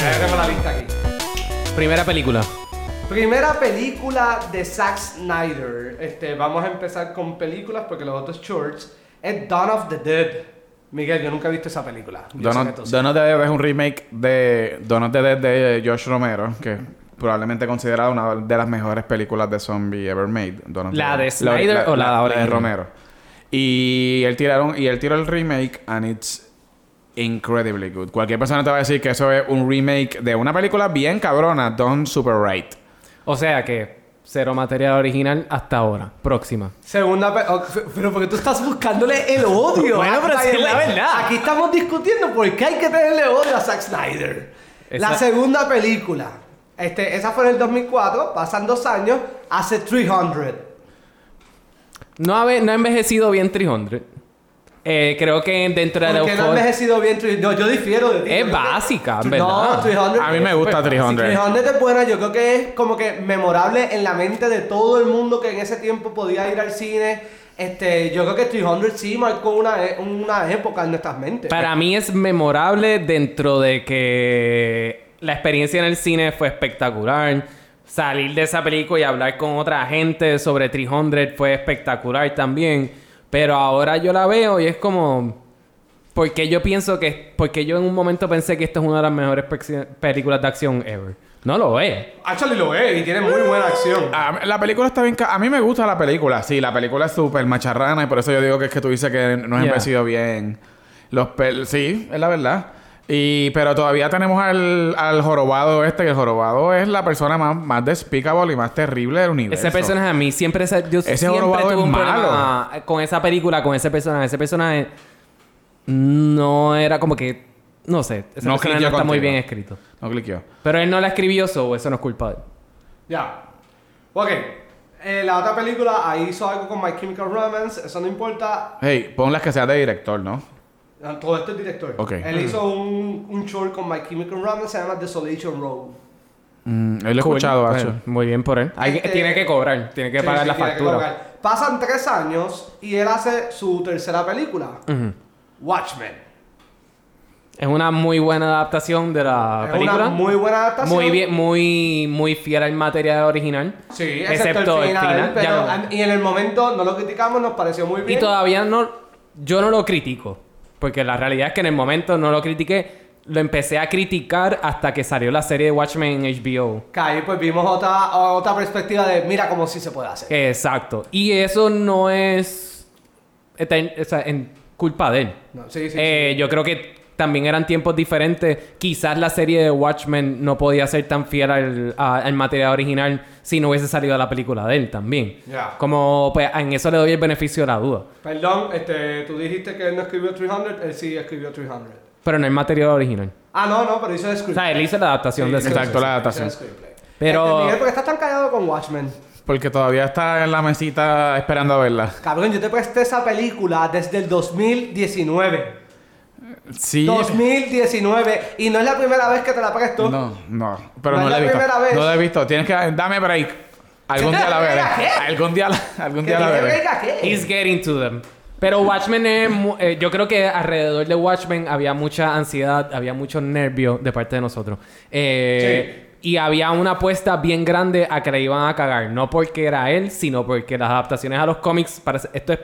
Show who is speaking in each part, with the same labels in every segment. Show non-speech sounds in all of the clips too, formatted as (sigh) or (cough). Speaker 1: Ya tengo la lista aquí.
Speaker 2: Primera película.
Speaker 1: Primera película de Zack Snyder. Este, vamos a empezar con películas porque los otros shorts es Dawn of the Dead. Miguel, yo nunca he visto esa película. Yo sé que
Speaker 3: Donut
Speaker 1: tú sí.
Speaker 3: Donut Dead es un remake de Donut Dead de Josh Romero, que probablemente considerada una de las mejores películas de zombie ever made. Dawn of the
Speaker 2: ¿La
Speaker 3: Dead.
Speaker 2: de Snyder o la de ahora
Speaker 3: de
Speaker 2: mismo?
Speaker 3: Romero? Y él tiraron y él tiró el remake and it's incredibly good. Cualquier persona te va a decir que eso es un remake de una película bien cabrona, Don Super Right.
Speaker 2: O sea que cero material original hasta ahora. Próxima.
Speaker 1: Segunda pe- oh, f- Pero porque tú estás buscándole el odio.
Speaker 2: (laughs) Bueno,
Speaker 1: a
Speaker 2: pero
Speaker 1: Zack
Speaker 2: es que es la
Speaker 1: Snyder.
Speaker 2: verdad.
Speaker 1: Aquí estamos discutiendo por qué hay que tenerle odio a Zack Snyder.
Speaker 2: Esa-
Speaker 1: La segunda película. Este, esa fue en el 2004, pasan dos años, hace 300.
Speaker 2: No ha, ve- no ha envejecido bien 300. Eh, creo que dentro de la
Speaker 1: Porque no ha
Speaker 2: euforia-
Speaker 1: envejecido bien 300. No, yo difiero de ti.
Speaker 2: Es
Speaker 1: Yo creo que-
Speaker 2: básica, en
Speaker 1: No,
Speaker 2: verdad.
Speaker 1: 300.
Speaker 3: A mí me gusta 300.
Speaker 1: 300 es buena, yo creo que es como que memorable en la mente de todo el mundo que en ese tiempo podía ir al cine. Este, yo creo que 300 sí marcó una, e- una época en nuestras mentes.
Speaker 2: Para mí es memorable dentro de que la experiencia en el cine fue espectacular. Salir de esa película y hablar con otra gente sobre 300 fue espectacular también. Pero ahora yo la veo y es como... Porque yo pienso que... Porque yo en un momento pensé que esta es una de las mejores pe- películas de acción ever. No lo es.
Speaker 1: Actually Ah, lo es y tiene muy buena acción.
Speaker 2: Ah.
Speaker 3: A- la película está bien. ca- A mí me gusta la película, sí. La película es súper macharrana y por eso yo digo que es que tú dices que no has
Speaker 2: Yeah.
Speaker 3: envejecido bien. Los pel- sí, es la verdad. Y, pero todavía tenemos al, al jorobado este, que el jorobado es la persona más, más despicable y más terrible del universo.
Speaker 2: Ese personaje a mí siempre... se- Yo siempre
Speaker 3: jorobado
Speaker 2: tuve
Speaker 3: es
Speaker 2: un
Speaker 3: malo.
Speaker 2: problema con esa película, con ese personaje. Ese personaje no era como que... No sé. Ese
Speaker 3: No
Speaker 2: personaje no
Speaker 3: cliqueó
Speaker 2: está muy
Speaker 3: contigo.
Speaker 2: bien escrito.
Speaker 3: No cliqueó.
Speaker 2: Pero él no la escribió, so eso no es culpa de él.
Speaker 1: Ya. Ok. Eh, la otra película ahí hizo algo con My Chemical Romance, eso no importa. Ah,
Speaker 3: Hey, pon las que sea de director, ¿no?
Speaker 1: Todo esto es director.
Speaker 3: Ok.
Speaker 1: Él hizo un, un short con My Chemical Romance, se llama Desolation Road.
Speaker 3: Mm, él lo he escuchado,
Speaker 2: Bueno,
Speaker 3: hacho.
Speaker 2: muy bien por él. Hay-
Speaker 1: Este-
Speaker 2: Tiene que cobrar. Tiene que
Speaker 1: Sí,
Speaker 2: pagar
Speaker 1: sí,
Speaker 2: la
Speaker 1: tiene que
Speaker 2: factura.
Speaker 1: pagar. Pasan tres años y él hace su tercera película,
Speaker 2: Ujú.
Speaker 1: Watchmen.
Speaker 2: Es una muy buena adaptación de la
Speaker 1: Es
Speaker 2: película.
Speaker 1: una muy buena adaptación.
Speaker 2: Muy bien, muy, muy fiel al material original.
Speaker 1: Sí,
Speaker 2: Excepto el final,
Speaker 1: pero-
Speaker 2: ya no.
Speaker 1: an- y en el momento no lo criticamos, nos pareció muy bien.
Speaker 2: Y todavía no. Yo no lo critico. Porque la realidad es que en el momento no lo critiqué. Lo empecé a criticar hasta que salió la serie de Watchmen en HBO.
Speaker 1: Que ahí pues vimos otra, otra perspectiva de mira cómo sí se puede hacer.
Speaker 2: Eh, Exacto. Y eso no es. eten- o sea, en culpa de él.
Speaker 1: No, sí, sí, sí.
Speaker 2: Eh, Yo creo que también eran tiempos diferentes. Quizás la serie de Watchmen no podía ser tan fiel al, a- al material original si no hubiese salido la película de él también.
Speaker 1: Ya.
Speaker 2: Como, pues, en eso le doy el beneficio de la duda.
Speaker 1: Perdón, este, tú dijiste que él no escribió 300, él sí escribió 300.
Speaker 2: Pero no el material original.
Speaker 1: Ah, no, no, pero hizo el
Speaker 2: O
Speaker 1: script.
Speaker 2: sea, él hizo la adaptación de
Speaker 1: Sí,
Speaker 2: ese-
Speaker 1: hizo el
Speaker 3: Exacto, la
Speaker 1: script,
Speaker 3: adaptación.
Speaker 1: hizo el screenplay.
Speaker 2: Pero-
Speaker 1: Este, Miguel, ¿por qué estás tan callado con Watchmen?
Speaker 3: Porque todavía está en la mesita esperando a verla.
Speaker 1: Cabrón, yo te presté esa película desde el 2019.
Speaker 3: Sí.
Speaker 1: 2019 y no es la primera vez que te la presto.
Speaker 3: No, no. Pero
Speaker 1: No
Speaker 3: no,
Speaker 1: es la
Speaker 3: la he visto.
Speaker 1: primera vez.
Speaker 3: No la he visto. Tienes que... Dame break. Algún
Speaker 1: (laughs)
Speaker 3: día la veré.
Speaker 1: ¿Qué?
Speaker 3: Algún día la, algún
Speaker 1: ¿Qué
Speaker 3: día la
Speaker 1: tiene
Speaker 3: veré.
Speaker 1: verga qué?
Speaker 2: He's getting to them. Pero Watchmen es mu- eh, yo creo que alrededor de Watchmen había mucha ansiedad, había mucho nervio de parte de nosotros. Eh, Y había una apuesta bien grande a que la iban a cagar. No porque era él, sino porque las adaptaciones a los cómics. parece- esto es.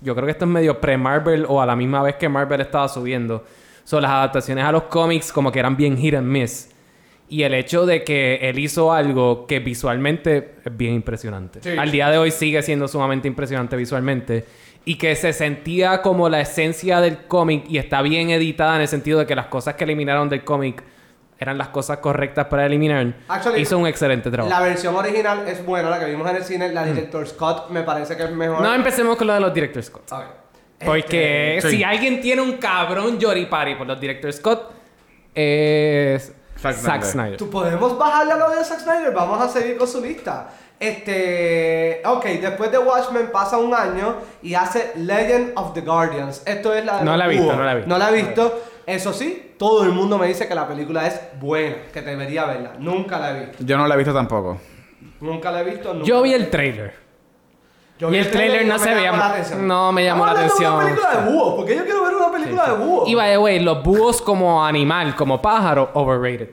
Speaker 2: Yo creo que esto es medio pre-Marvel o a la misma vez que Marvel estaba subiendo. Son las adaptaciones a los cómics como que eran bien hit and miss. Y el hecho de que él hizo algo que visualmente es bien impresionante.
Speaker 1: Sí.
Speaker 2: Al día de hoy sigue siendo sumamente impresionante visualmente. Y que se sentía como la esencia del cómic y está bien editada en el sentido de que las cosas que eliminaron del cómic eran las cosas correctas para eliminar.
Speaker 1: Actually,
Speaker 2: hizo un excelente
Speaker 1: La
Speaker 2: trabajo.
Speaker 1: versión original es buena, la que vimos en el cine,
Speaker 3: Mm.
Speaker 1: la director Scott me parece que es mejor.
Speaker 2: No empecemos con lo de los Director Scott.
Speaker 1: Ok. Este,
Speaker 2: Porque
Speaker 3: sí.
Speaker 2: si alguien tiene un cabrón yoripari por los Director Scott, es
Speaker 3: Zack
Speaker 2: Zack
Speaker 3: Snyder.
Speaker 2: Snyder.
Speaker 1: ¿Tú podemos bajarle a lo de Zack Snyder? Vamos a seguir con su lista. Este, ok, después de Watchmen pasa un año y hace Legend of the Guardians. Esto es la de
Speaker 2: No
Speaker 1: los
Speaker 2: la he visto,
Speaker 1: búhos.
Speaker 2: no la he visto.
Speaker 1: No la he visto. Eso sí, todo el mundo me dice que la película es buena, que debería verla. Nunca la he visto.
Speaker 3: Yo no la he visto tampoco.
Speaker 1: Nunca la he visto. nunca
Speaker 2: Yo
Speaker 1: la
Speaker 2: vi
Speaker 1: he
Speaker 2: el trailer.
Speaker 1: Yo
Speaker 2: Y
Speaker 1: vi
Speaker 2: el tráiler
Speaker 1: tráiler
Speaker 2: no
Speaker 1: y
Speaker 2: se
Speaker 1: me
Speaker 2: veía
Speaker 1: llamó la
Speaker 2: mu-
Speaker 1: atención.
Speaker 2: no me
Speaker 1: Estamos
Speaker 2: llamó la
Speaker 1: hablando de
Speaker 2: atención.
Speaker 1: una película de búhos, porque yo quiero ver una película de búhos.
Speaker 2: Y by the way, los búhos como animal, como pájaro, overrated.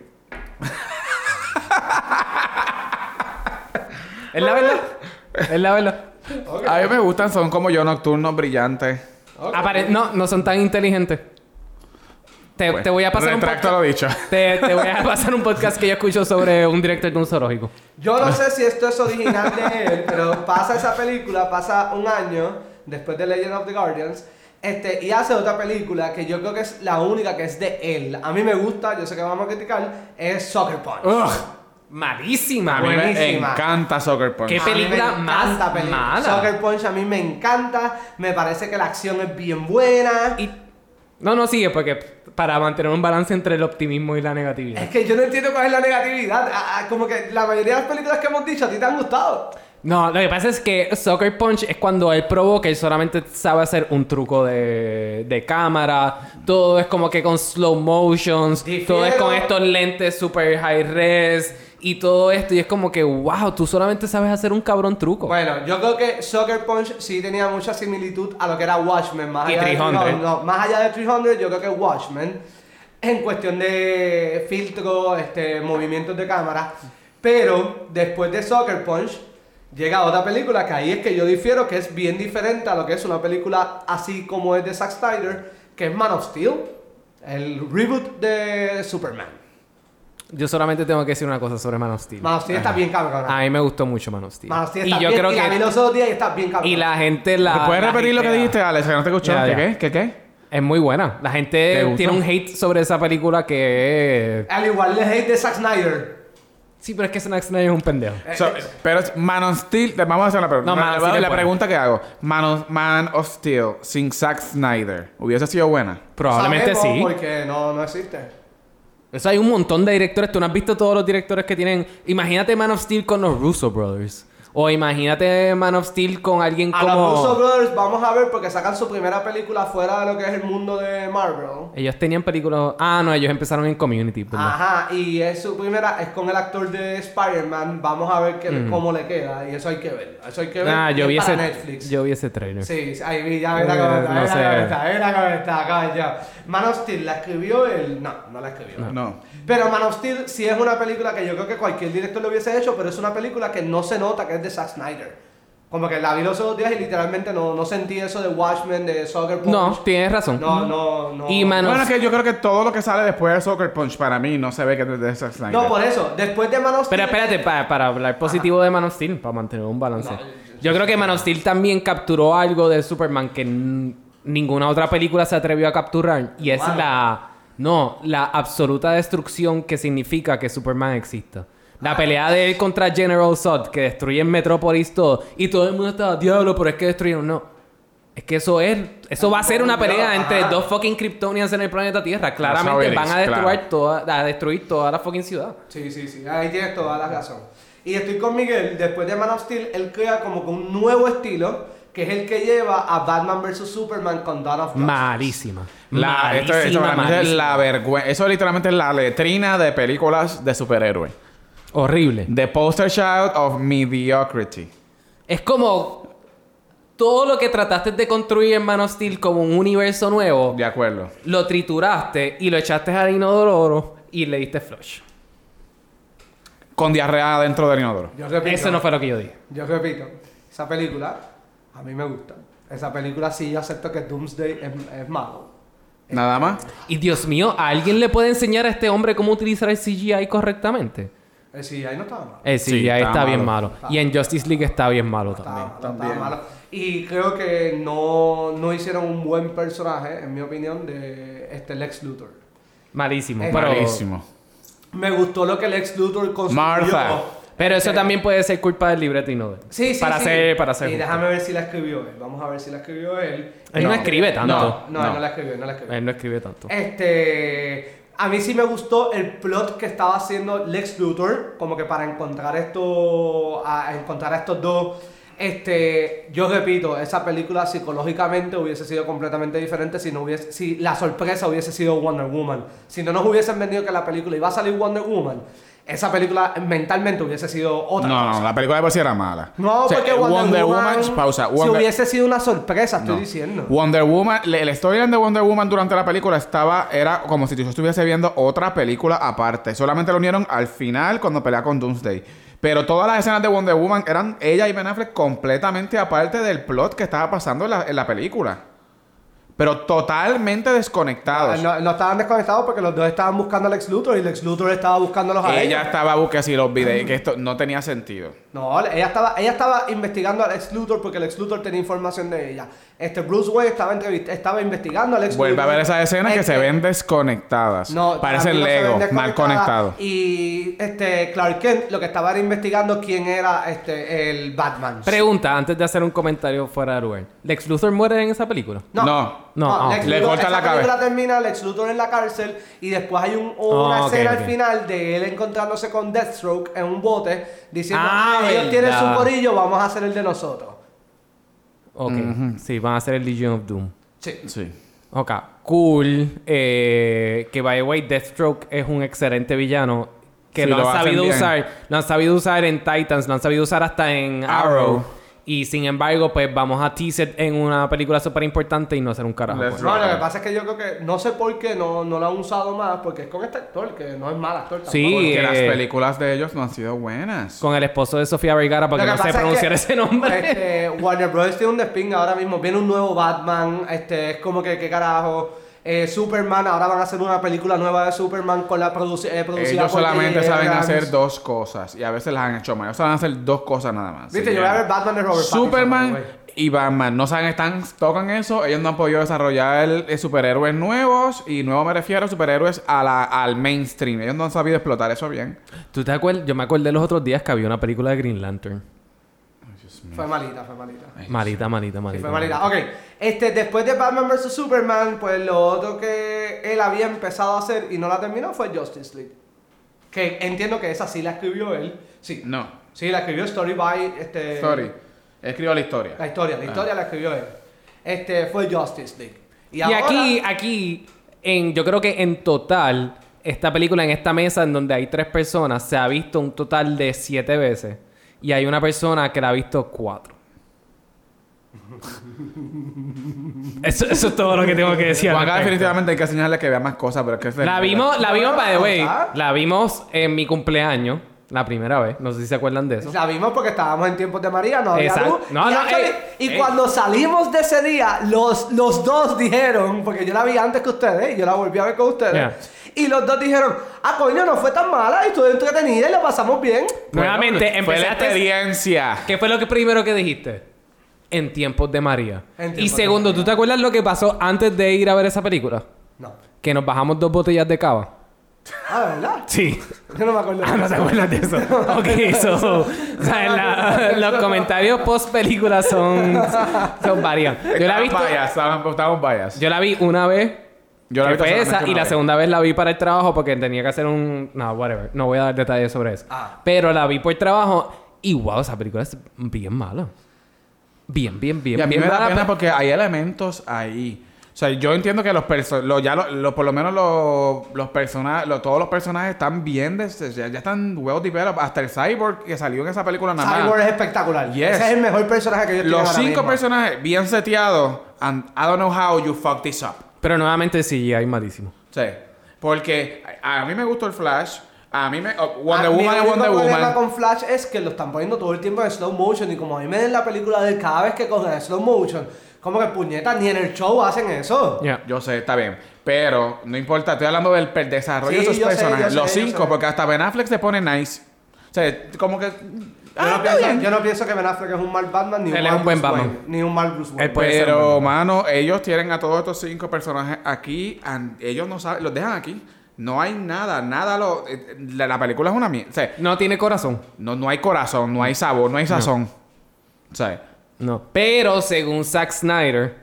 Speaker 2: Es la verdad. Es la verdad.
Speaker 1: Ok.
Speaker 3: A mí me gustan, son como yo, nocturnos, brillantes.
Speaker 1: Ok.
Speaker 2: Apare- no, no son tan inteligentes. Te,
Speaker 3: Pues,
Speaker 2: Eh, te voy a pasar un
Speaker 3: retracto
Speaker 2: podcast.
Speaker 3: lo dicho.
Speaker 2: Te, te voy a pasar un podcast que yo escucho sobre un director de un zoológico.
Speaker 1: Yo no sé si esto es original de él, pero pasa esa película, pasa un año después de Legend of the Guardians, este, y hace otra película que yo creo que es la única que es de él. A mí me gusta, yo sé que vamos a criticar, es Soccer Punch.
Speaker 2: Ugh, malísima.
Speaker 3: A mí me
Speaker 1: Buenísima.
Speaker 3: encanta Soccer Punch.
Speaker 2: ¿Qué
Speaker 1: A mí me
Speaker 2: película más
Speaker 1: encanta película.
Speaker 2: mala.
Speaker 1: Soccer Punch a mí me encanta, me parece que la acción es bien buena.
Speaker 2: Y- No, no sigue porque para mantener un balance entre el optimismo y la negatividad.
Speaker 1: Es que yo no entiendo cuál es la negatividad. Ah, ah, como que la mayoría de las películas que hemos dicho a ti te han gustado.
Speaker 2: No, lo que pasa es que Soccer Punch es cuando él probó que él solamente sabe hacer un truco de, de cámara. Todo es como que con slow motions.
Speaker 1: Difiero.
Speaker 2: Todo es con estos lentes super high res. Y todo esto. Y es como que, wow, tú solamente sabes hacer un cabrón truco.
Speaker 1: Bueno, yo creo que Soccer Punch sí tenía mucha similitud a lo que era Watchmen. Más
Speaker 2: Y
Speaker 1: allá de
Speaker 2: 300.
Speaker 1: no, más allá de 300, yo creo que Watchmen, en cuestión de filtro, este, movimientos de cámara. Pero después de Soccer Punch, llega otra película que ahí es que yo difiero, que es bien diferente a lo que es una película así como es de Zack Snyder, que es Man of Steel, el reboot de Superman.
Speaker 2: Yo solamente tengo que decir una cosa sobre Man of Steel.
Speaker 1: Man of Steel está bien cabrón.
Speaker 2: A mí me gustó mucho Man of Steel.
Speaker 1: Man of Steel
Speaker 2: Ah, y
Speaker 1: está
Speaker 2: yo
Speaker 1: bien,
Speaker 2: creo
Speaker 1: y la vi
Speaker 2: que...
Speaker 1: los otros días y está bien cabrón.
Speaker 2: Y la gente la...
Speaker 3: ¿Puedes
Speaker 2: la
Speaker 3: repetir lo que
Speaker 2: hatea.
Speaker 3: dijiste, Alex? Que no te escuchó.
Speaker 2: Ya, ya.
Speaker 3: ¿Qué, qué? ¿Qué, qué?
Speaker 2: Es muy buena. La
Speaker 3: ¿Te
Speaker 2: gente
Speaker 3: gustó?
Speaker 2: tiene un hate sobre esa película que...
Speaker 1: Al igual le hate de Zack Snyder.
Speaker 2: Sí, pero es que Snack Snyder es un pendejo.
Speaker 1: Eh,
Speaker 3: So, pero es Man of Steel, te- vamos a hacer la pregunta.
Speaker 2: No, Man of Steel
Speaker 3: la,
Speaker 2: es
Speaker 3: la
Speaker 2: buena.
Speaker 3: pregunta que hago: Man of, Man of Steel sin Zack Snyder, ¿hubiese sido buena?
Speaker 2: Probablemente
Speaker 1: Sabemos
Speaker 2: sí.
Speaker 1: Porque no, no existe.
Speaker 2: Eso hay un montón de directores. Tú no has visto todos los directores que tienen... Imagínate Man of Steel con los Russo Brothers. O imagínate Man of Steel con alguien
Speaker 1: A los Russo
Speaker 2: como...
Speaker 1: Brothers vamos a ver porque sacan su primera película fuera de lo que es el mundo de Marvel.
Speaker 2: Ellos tenían películas... Ah, no. Ellos empezaron en Community. ¿verdad?
Speaker 1: Ajá, y es su primera, es con el actor de Spider-Man. Vamos a ver qué, cómo le queda. Y eso hay que ver. Eso hay que ver.
Speaker 2: Mm. Ah, yo
Speaker 1: Es
Speaker 2: vi
Speaker 1: para
Speaker 2: ese...
Speaker 1: Netflix.
Speaker 2: Yo vi ese trailer.
Speaker 1: Sí, sí, ahí vi, ya verá cómo
Speaker 2: Eh,
Speaker 1: está,
Speaker 2: no
Speaker 1: verá
Speaker 2: sé.
Speaker 1: cómo está, verá cómo está, caballero. Man of Steel, ¿la escribió él? No, no la escribió.
Speaker 3: No.
Speaker 1: Pero Man of Steel sí es una película que yo creo que cualquier director lo hubiese hecho, pero es una película que no se nota que es de Zack Snyder. Como que la vi los otros días y literalmente no, no sentí eso de Watchmen, de Soccer Punch.
Speaker 2: No, tienes razón.
Speaker 1: no, no, no.
Speaker 2: Y Man of-
Speaker 3: Bueno, es que yo creo que todo lo que sale después de Soccer Punch para mí no se ve que es de Zack Snyder.
Speaker 1: No, pues, por eso, después de Man of Steel.
Speaker 2: Pero espérate, pa- para hablar positivo de Man of Steel, para mantener un balance.
Speaker 1: No, yo-
Speaker 2: yo, creo que Man of Steel también capturó algo de Superman que n- ninguna otra película se atrevió a capturar. Y es
Speaker 1: Wow.
Speaker 2: la. No, la absoluta destrucción que significa que Superman exista.
Speaker 1: Ah.
Speaker 2: La pelea de él contra General Zod, que destruyen Metrópolis todo. Y todo el mundo estaba, diablo, pero es que destruyeron. No. Es que eso es. Eso va a ser una pelea
Speaker 1: Ajá.
Speaker 2: entre dos fucking Kryptonians en el planeta Tierra.
Speaker 3: sabe
Speaker 2: Claramente
Speaker 3: Liz,
Speaker 2: van a destruir,
Speaker 3: claro.
Speaker 2: toda, a destruir toda la fucking ciudad.
Speaker 1: Sí, sí, sí, ahí tienes toda la razón. Y estoy con Miguel, después de Man of Steel, él crea como que un nuevo estilo, que es el que lleva a Batman vs. Superman con Dawn of Justice.
Speaker 2: Malísima.
Speaker 3: La, esto, esto para mí es la vergüenza. Eso literalmente es la letrina de películas de superhéroes.
Speaker 2: Horrible.
Speaker 3: The poster child of mediocrity.
Speaker 2: Es como todo lo que trataste de construir en Man of Steel como un universo nuevo,
Speaker 3: De acuerdo.
Speaker 2: lo trituraste y lo echaste al inodoro y le diste flush.
Speaker 3: Con diarrea dentro del inodoro.
Speaker 1: Yo repito,
Speaker 2: Eso no fue lo que yo dije.
Speaker 1: yo repito, esa película a mí me gusta. Esa película sí yo acepto que Doomsday es, es malo.
Speaker 3: Nada más.
Speaker 2: Y Dios mío, ¿a alguien le puede enseñar a este hombre cómo utilizar el CGI correctamente?
Speaker 1: Eh, sí, ahí no estaba malo.
Speaker 2: El CGI
Speaker 3: Sí, está
Speaker 2: está, bien
Speaker 3: malo.
Speaker 2: malo. Y en Justice League está bien malo
Speaker 1: Estaba malo,
Speaker 2: también.
Speaker 1: estaba malo. Y creo que no, no hicieron un buen personaje, en mi opinión, de este Lex Luthor.
Speaker 2: Malísimo.
Speaker 1: Es
Speaker 2: pero-
Speaker 3: Malísimo.
Speaker 1: Me gustó lo que Lex Luthor construyó.
Speaker 3: Martha.
Speaker 2: Pero eso también puede ser culpa del libreto y no de él.
Speaker 1: Sí, sí,
Speaker 2: para
Speaker 1: sí.
Speaker 2: Ser, para ser
Speaker 1: Y
Speaker 2: justo.
Speaker 1: déjame ver si la escribió él. Vamos a ver si la escribió él.
Speaker 2: Él no escribe tanto.
Speaker 1: No, no, él no
Speaker 3: No.
Speaker 1: la escribió, no la escribió.
Speaker 2: Él no escribe tanto.
Speaker 1: Este. A mí sí me gustó el plot que estaba haciendo Lex Luthor, como que para encontrar esto, a encontrar a estos dos. Este, yo repito, esa película psicológicamente hubiese sido completamente diferente si no hubiese, si la sorpresa hubiese sido Wonder Woman. Si no nos hubiesen vendido que la película iba a salir Wonder Woman, esa película mentalmente hubiese sido otra.
Speaker 3: No,
Speaker 1: cosa.
Speaker 3: no, la película de por sí era mala.
Speaker 1: No,
Speaker 3: O sea, eh,
Speaker 1: porque Wonder, Woman,
Speaker 3: pausa.
Speaker 1: si
Speaker 3: Wonder,
Speaker 1: hubiese sido una sorpresa, estoy
Speaker 3: no.
Speaker 1: diciendo.
Speaker 3: Wonder Woman, le- el storyline de Wonder Woman durante la película estaba, era como si yo estuviese viendo otra película aparte. Solamente lo unieron al final cuando pelea con Doomsday. Pero todas las escenas de Wonder Woman eran ella y Ben Affleck completamente aparte del plot que estaba pasando en la, en la película. Pero totalmente desconectados.
Speaker 1: Ah, No, no estaban desconectados porque los dos estaban buscando a Lex Luthor y Lex Luthor estaba buscándolos a
Speaker 3: ella
Speaker 1: ella.
Speaker 3: estaba buscando si los videos, que esto no tenía sentido.
Speaker 1: No, ella estaba, ella estaba investigando a Lex Luthor porque Lex Luthor tenía información de ella. Este Bruce Wayne estaba, entrevist- estaba investigando a Lex
Speaker 3: Vuelve a
Speaker 1: Luthor.
Speaker 3: ver esas escenas que
Speaker 1: Este,
Speaker 3: se ven desconectadas.
Speaker 1: No,
Speaker 3: Parecen
Speaker 1: también no se ven
Speaker 3: Lego, mal
Speaker 1: desconectadas.
Speaker 3: conectados.
Speaker 1: Y este Clark Kent lo que estaba era investigando quién era este el Batman.
Speaker 2: Pregunta, antes de hacer un comentario fuera de lugar. ¿Lex Luthor muere en esa película?
Speaker 3: No.
Speaker 2: No, ah,
Speaker 1: Lex
Speaker 2: ok.
Speaker 3: Le
Speaker 1: Luthor-
Speaker 3: cortan
Speaker 1: esa
Speaker 3: la cabeza.
Speaker 1: película termina Lex Luthor en la cárcel y después hay un, una
Speaker 2: Ah, ok,
Speaker 1: escena
Speaker 2: ok.
Speaker 1: al final de él encontrándose con Deathstroke en un bote diciendo
Speaker 2: Ah,
Speaker 1: ellos
Speaker 2: verdad.
Speaker 1: tienen su corillo, vamos a hacer el de nosotros.
Speaker 2: Ok, sí, van a hacer el Legion of Doom.
Speaker 1: Sí.
Speaker 3: Sí.
Speaker 2: Ok, cool. Eh, que by the way, Deathstroke es un excelente villano. Que
Speaker 3: Sí,
Speaker 2: lo
Speaker 3: lo
Speaker 2: han
Speaker 3: hacen
Speaker 2: sabido
Speaker 3: bien.
Speaker 2: usar. Lo han sabido usar en Titans, lo han sabido usar hasta en Arrow.
Speaker 3: Arrow.
Speaker 2: Y sin embargo, pues vamos a teaser en una película súper importante y no hacer un carajo.
Speaker 3: Let's
Speaker 2: pues.
Speaker 1: No, lo que pasa es que yo creo que no sé por qué no, no la han usado más, porque es con este actor que no es mal actor tampoco.
Speaker 2: Sí,
Speaker 3: Porque
Speaker 2: eh,
Speaker 3: las películas de ellos no han sido buenas.
Speaker 2: Con el esposo de Sofía Vergara, para que
Speaker 1: Lo
Speaker 2: no
Speaker 1: que
Speaker 2: sé
Speaker 1: pasa es
Speaker 2: pronunciar
Speaker 1: que,
Speaker 2: ese nombre.
Speaker 1: (laughs) Este, Warner Bros. tiene un despingue ahora mismo. Viene un nuevo Batman. Este, es como que, ¿qué carajo? Eh, Superman, ahora van a hacer una película nueva de Superman con la produci- eh, producida
Speaker 3: Ellos
Speaker 1: por
Speaker 3: solamente
Speaker 1: J.J.
Speaker 3: saben
Speaker 1: Abrams.
Speaker 3: hacer dos cosas. Y a veces las han hecho mal. Ellos saben hacer dos cosas nada más.
Speaker 1: Viste,
Speaker 3: Sí,
Speaker 1: yo voy a
Speaker 3: ya.
Speaker 1: ver Batman de Robert Pattinson, by
Speaker 3: Superman
Speaker 1: the way.
Speaker 3: y Batman. No saben, están, tocan eso. Ellos no han podido desarrollar eh, superhéroes nuevos. Y nuevo me refiero a superhéroes a la- al mainstream. Ellos no han sabido explotar eso bien.
Speaker 2: ¿Tú te acuerdas? Yo me acordé los otros días que había una película de Green Lantern.
Speaker 1: Fue malita, fue malita.
Speaker 2: Malita, malita, malita.
Speaker 1: Fue malita. Ok, este, después de Batman vs. Superman, pues lo otro que él había empezado a hacer y no la terminó fue Justice League. Que entiendo que esa sí la escribió él. Sí,
Speaker 3: No.
Speaker 1: sí, la escribió Story by... Este,
Speaker 3: Sorry. Escribo la historia.
Speaker 1: La historia, la historia la escribió él. Este fue Justice League.
Speaker 2: Y, aquí, aquí, en, yo creo que en total, esta película en esta mesa en donde hay tres personas se ha visto un total de siete veces. Y hay una persona que la ha visto cuatro. eso, eso es todo lo que tengo que decir. al
Speaker 3: Juan Carlos,
Speaker 2: respecto.
Speaker 3: definitivamente hay que enseñarle que vea más cosas, pero es que es
Speaker 2: La
Speaker 3: verdad.
Speaker 2: vimos, la vimos, by the way.
Speaker 1: Ah.
Speaker 2: La vimos en mi cumpleaños, la primera vez. No sé si se acuerdan de eso.
Speaker 1: pues, La vimos porque estábamos en tiempos de María, no había
Speaker 2: Exacto.
Speaker 1: luz.
Speaker 2: No,
Speaker 1: y
Speaker 2: no,
Speaker 1: actually-
Speaker 2: eh,
Speaker 1: y
Speaker 2: eh.
Speaker 1: cuando salimos de ese día, los, los dos dijeron, porque yo la vi antes que ustedes, y yo la volví a ver con ustedes.
Speaker 2: Yeah.
Speaker 1: Y los dos dijeron, ah, coño, no fue tan mala, y estuvo entretenida y la pasamos bien.
Speaker 2: Nuevamente,
Speaker 3: Fue la
Speaker 2: empezaste
Speaker 3: experiencia.
Speaker 2: ¿Qué fue lo que primero que dijiste? En tiempos de María.
Speaker 1: En tiempos
Speaker 2: Y
Speaker 1: de
Speaker 2: segundo,
Speaker 1: María.
Speaker 2: ¿tú te acuerdas lo que pasó antes de ir a ver esa película?
Speaker 1: No.
Speaker 2: Que nos bajamos dos botellas de cava.
Speaker 1: Ah, ¿verdad? (laughs)
Speaker 2: Sí.
Speaker 1: Yo no me acuerdo.
Speaker 2: Ah, no te acuerdas de eso. (laughs) Ok, so. o sea, la- los comentarios post película son, son varios. Yo la, he
Speaker 3: Estaban
Speaker 2: visto,
Speaker 3: bias, estaban- estaban bias.
Speaker 2: yo la vi una vez,
Speaker 3: Yo la
Speaker 2: que
Speaker 3: he visto
Speaker 2: fue esa,
Speaker 3: solamente
Speaker 2: y
Speaker 3: una
Speaker 2: la
Speaker 3: vez.
Speaker 2: segunda vez la vi para el trabajo porque tenía que hacer un. No, whatever. No voy a dar detalles sobre eso.
Speaker 1: Ah.
Speaker 2: Pero la vi por trabajo y wow, esa película es bien mala. Bien, bien, bien.
Speaker 3: Y a mí
Speaker 2: bien
Speaker 3: me da
Speaker 2: mala,
Speaker 3: pena porque hay elementos ahí. O sea, yo entiendo que los personajes, ya lo- lo- por lo menos los, los personajes, todos los personajes están bien, des- ya, ya están well developed. Hasta el cyborg que salió en esa película nada más.
Speaker 1: Cyborg es espectacular.
Speaker 3: Yes.
Speaker 1: Ese es el mejor personaje que yo tengo
Speaker 3: Los
Speaker 1: ahora
Speaker 3: cinco
Speaker 1: mismo.
Speaker 3: personajes bien seteados. And I don't know how you fuck this up.
Speaker 2: Pero nuevamente sí, hay malísimo.
Speaker 3: Sí. Porque a, a mí me gustó el Flash. A mí me. oh, Wonder
Speaker 1: Ah, mi
Speaker 3: Woman es
Speaker 1: único
Speaker 3: Wonder
Speaker 1: problema
Speaker 3: Woman.
Speaker 1: con Flash es que lo están poniendo todo el tiempo en slow motion y como a mí me den la película de cada vez que cogen el slow motion, como que puñetas ni en el show hacen eso.
Speaker 2: Ya.
Speaker 3: Yo sé, está bien. Pero no importa, estoy hablando del per- desarrollo
Speaker 1: Sí,
Speaker 3: de sus
Speaker 1: yo sé,
Speaker 3: personajes.
Speaker 1: yo
Speaker 3: los
Speaker 1: sé, yo
Speaker 3: cinco,
Speaker 1: sé.
Speaker 3: porque hasta Ben Affleck se pone nice. O sea, como que.
Speaker 1: Yo,
Speaker 3: Ah,
Speaker 1: no
Speaker 3: está
Speaker 1: pienso,
Speaker 3: bien.
Speaker 1: yo no pienso que Ben Affleck es un mal Batman ni un,
Speaker 2: Él es
Speaker 1: mal
Speaker 2: un buen
Speaker 1: Bruce
Speaker 2: Batman.
Speaker 1: Wayne, ni un mal Bruce Wayne.
Speaker 2: Él puede ser un
Speaker 3: Pero,
Speaker 2: buen
Speaker 3: mano, ellos tienen a todos estos cinco personajes aquí. and ellos no saben, los dejan aquí. No hay nada, nada. Lo, eh, la, la película es una mierda. O sea,
Speaker 2: No tiene corazón.
Speaker 3: no, no hay corazón, no hay sabor, no hay sazón. O sea,
Speaker 2: No. Pero según Zack Snyder,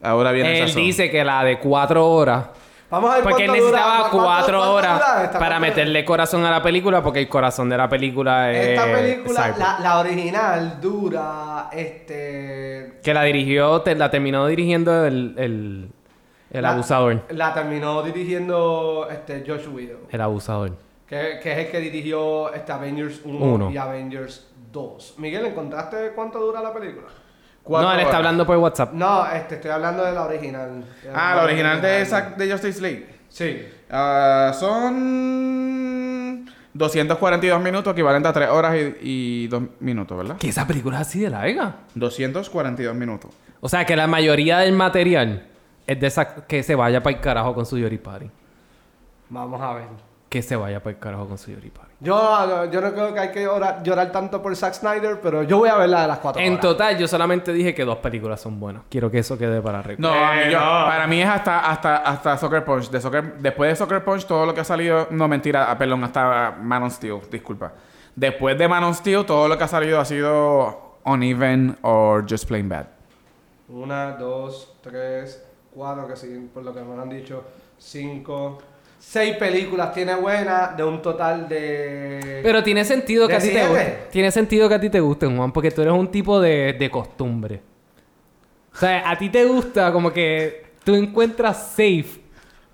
Speaker 3: ahora viene el
Speaker 2: él
Speaker 3: sazón.
Speaker 2: dice que la de cuatro horas.
Speaker 1: Vamos a ver
Speaker 2: Porque él
Speaker 1: cuánto dura-
Speaker 2: necesitaba
Speaker 1: cuánto-
Speaker 2: cuatro
Speaker 1: cuánto
Speaker 2: horas
Speaker 1: dura esta-
Speaker 2: para
Speaker 1: cuánto-
Speaker 2: meterle corazón a la película, porque el corazón de la película es.
Speaker 1: Esta película,
Speaker 2: eh, Cyborg.
Speaker 1: la, la original, dura este...
Speaker 2: Que la dirigió, te- la terminó dirigiendo el, el, el
Speaker 1: la-
Speaker 2: abusador.
Speaker 1: La terminó dirigiendo este, Josh Whedon.
Speaker 2: El abusador.
Speaker 1: Que, que es el que dirigió este Avengers 1
Speaker 2: Uno.
Speaker 1: y Avengers 2. Miguel, ¿encontraste cuánto dura la película?
Speaker 3: Cuatro
Speaker 2: No, él está
Speaker 3: horas.
Speaker 2: hablando por WhatsApp.
Speaker 1: No, este, estoy hablando de la original.
Speaker 3: Ah, la original de, esa, de Justice League.
Speaker 1: Sí.
Speaker 3: Ah, son 242 minutos, equivalente a 3 horas y, 2 minutos, ¿verdad?
Speaker 2: Que esa película es así de larga.
Speaker 3: 242 minutos.
Speaker 2: O sea, que la mayoría del material es de esa que se vaya para el carajo con su Yoripari.
Speaker 1: Vamos a ver.
Speaker 2: Que se vaya para el carajo con su Yoripari.
Speaker 1: Yo, yo no creo que hay que llorar, llorar tanto por Zack Snyder, pero yo voy a ver la de las cuatro
Speaker 2: En
Speaker 1: horas.
Speaker 2: total, yo solamente dije que dos películas son buenas. Quiero que eso quede para arriba.
Speaker 3: No,
Speaker 4: Eh,
Speaker 3: a mí yo-
Speaker 4: no.
Speaker 3: para mí es hasta, hasta, hasta Soccer Punch. De Soccer- después de Soccer Punch, todo lo que ha salido. No, mentira, ah, perdón, hasta Man on Steel, disculpa. Después de Man on Steel, todo lo que ha salido ha sido uneven or just plain bad.
Speaker 1: Una, dos, tres, cuatro, que sí, por lo que me lo han dicho, cinco, seis películas tiene buenas de un total de...
Speaker 2: Pero tiene sentido que
Speaker 1: ¿De
Speaker 2: a ti te
Speaker 1: siete?
Speaker 2: guste. Tiene sentido que a ti te gusten, Juan, porque tú eres un tipo de, de costumbre. O sea, a ti te gusta como que tú encuentras safe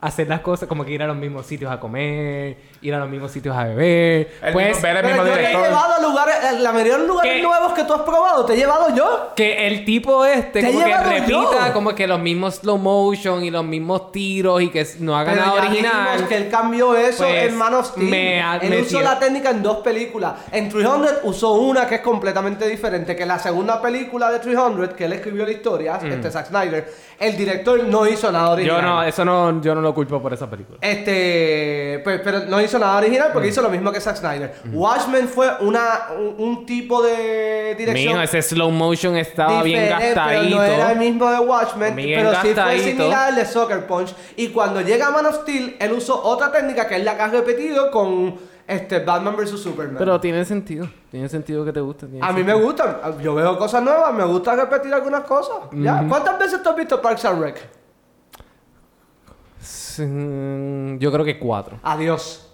Speaker 2: hacer las cosas, como que ir a los mismos sitios a comer, ir a los mismos sitios a beber.
Speaker 3: El
Speaker 2: pues
Speaker 3: mismo- ver el
Speaker 1: Pero
Speaker 3: mismo
Speaker 1: yo te he
Speaker 3: director.
Speaker 1: llevado a lugares, a la mayoría de los lugares
Speaker 2: ¿Qué?
Speaker 1: nuevos que tú has probado, te he llevado yo.
Speaker 2: que el tipo este
Speaker 1: Te
Speaker 2: como que
Speaker 1: llevaron
Speaker 2: repita
Speaker 1: yo.
Speaker 2: como que los mismos slow motion y los mismos tiros y que no haga
Speaker 1: Pero
Speaker 2: nada
Speaker 1: ya
Speaker 2: original.
Speaker 1: dijimos que él cambió eso
Speaker 2: Pues,
Speaker 1: en Man of Steel.
Speaker 2: me ha-
Speaker 1: él
Speaker 2: me
Speaker 1: usó
Speaker 2: tie-
Speaker 1: la técnica en dos películas. En 300 usó una que es completamente diferente, que la segunda película de 300, que él escribió la historia, este Zack Snyder, el director no hizo nada original.
Speaker 2: Mm. Yo no, eso no, yo no lo culpo por esa película.
Speaker 1: Este, pues, pero no hizo nada original
Speaker 2: Mm.
Speaker 1: porque hizo lo mismo que Zack Snyder. Watchmen fue una, un, un tipo de dirección
Speaker 2: Mijo, ese slow motion estaba bien
Speaker 1: diferente, pero
Speaker 2: gastadito.
Speaker 1: no era el mismo de Watchmen,
Speaker 2: Bien
Speaker 1: pero sí fue
Speaker 2: gastadito.
Speaker 1: similar al de Soccer Punch. Y cuando llega Man of Steel, él usó otra técnica que es la que has repetido con este Batman vs Superman.
Speaker 2: Pero tiene sentido. Tiene sentido que te guste. tiene
Speaker 1: a mí me
Speaker 2: sentido.
Speaker 1: gustan, yo veo cosas nuevas, me gusta repetir algunas cosas. ¿ya? ¿Cuántas veces tú has visto Parks and Rec?
Speaker 2: Sí, Mm, Yo creo que cuatro.
Speaker 1: Adiós.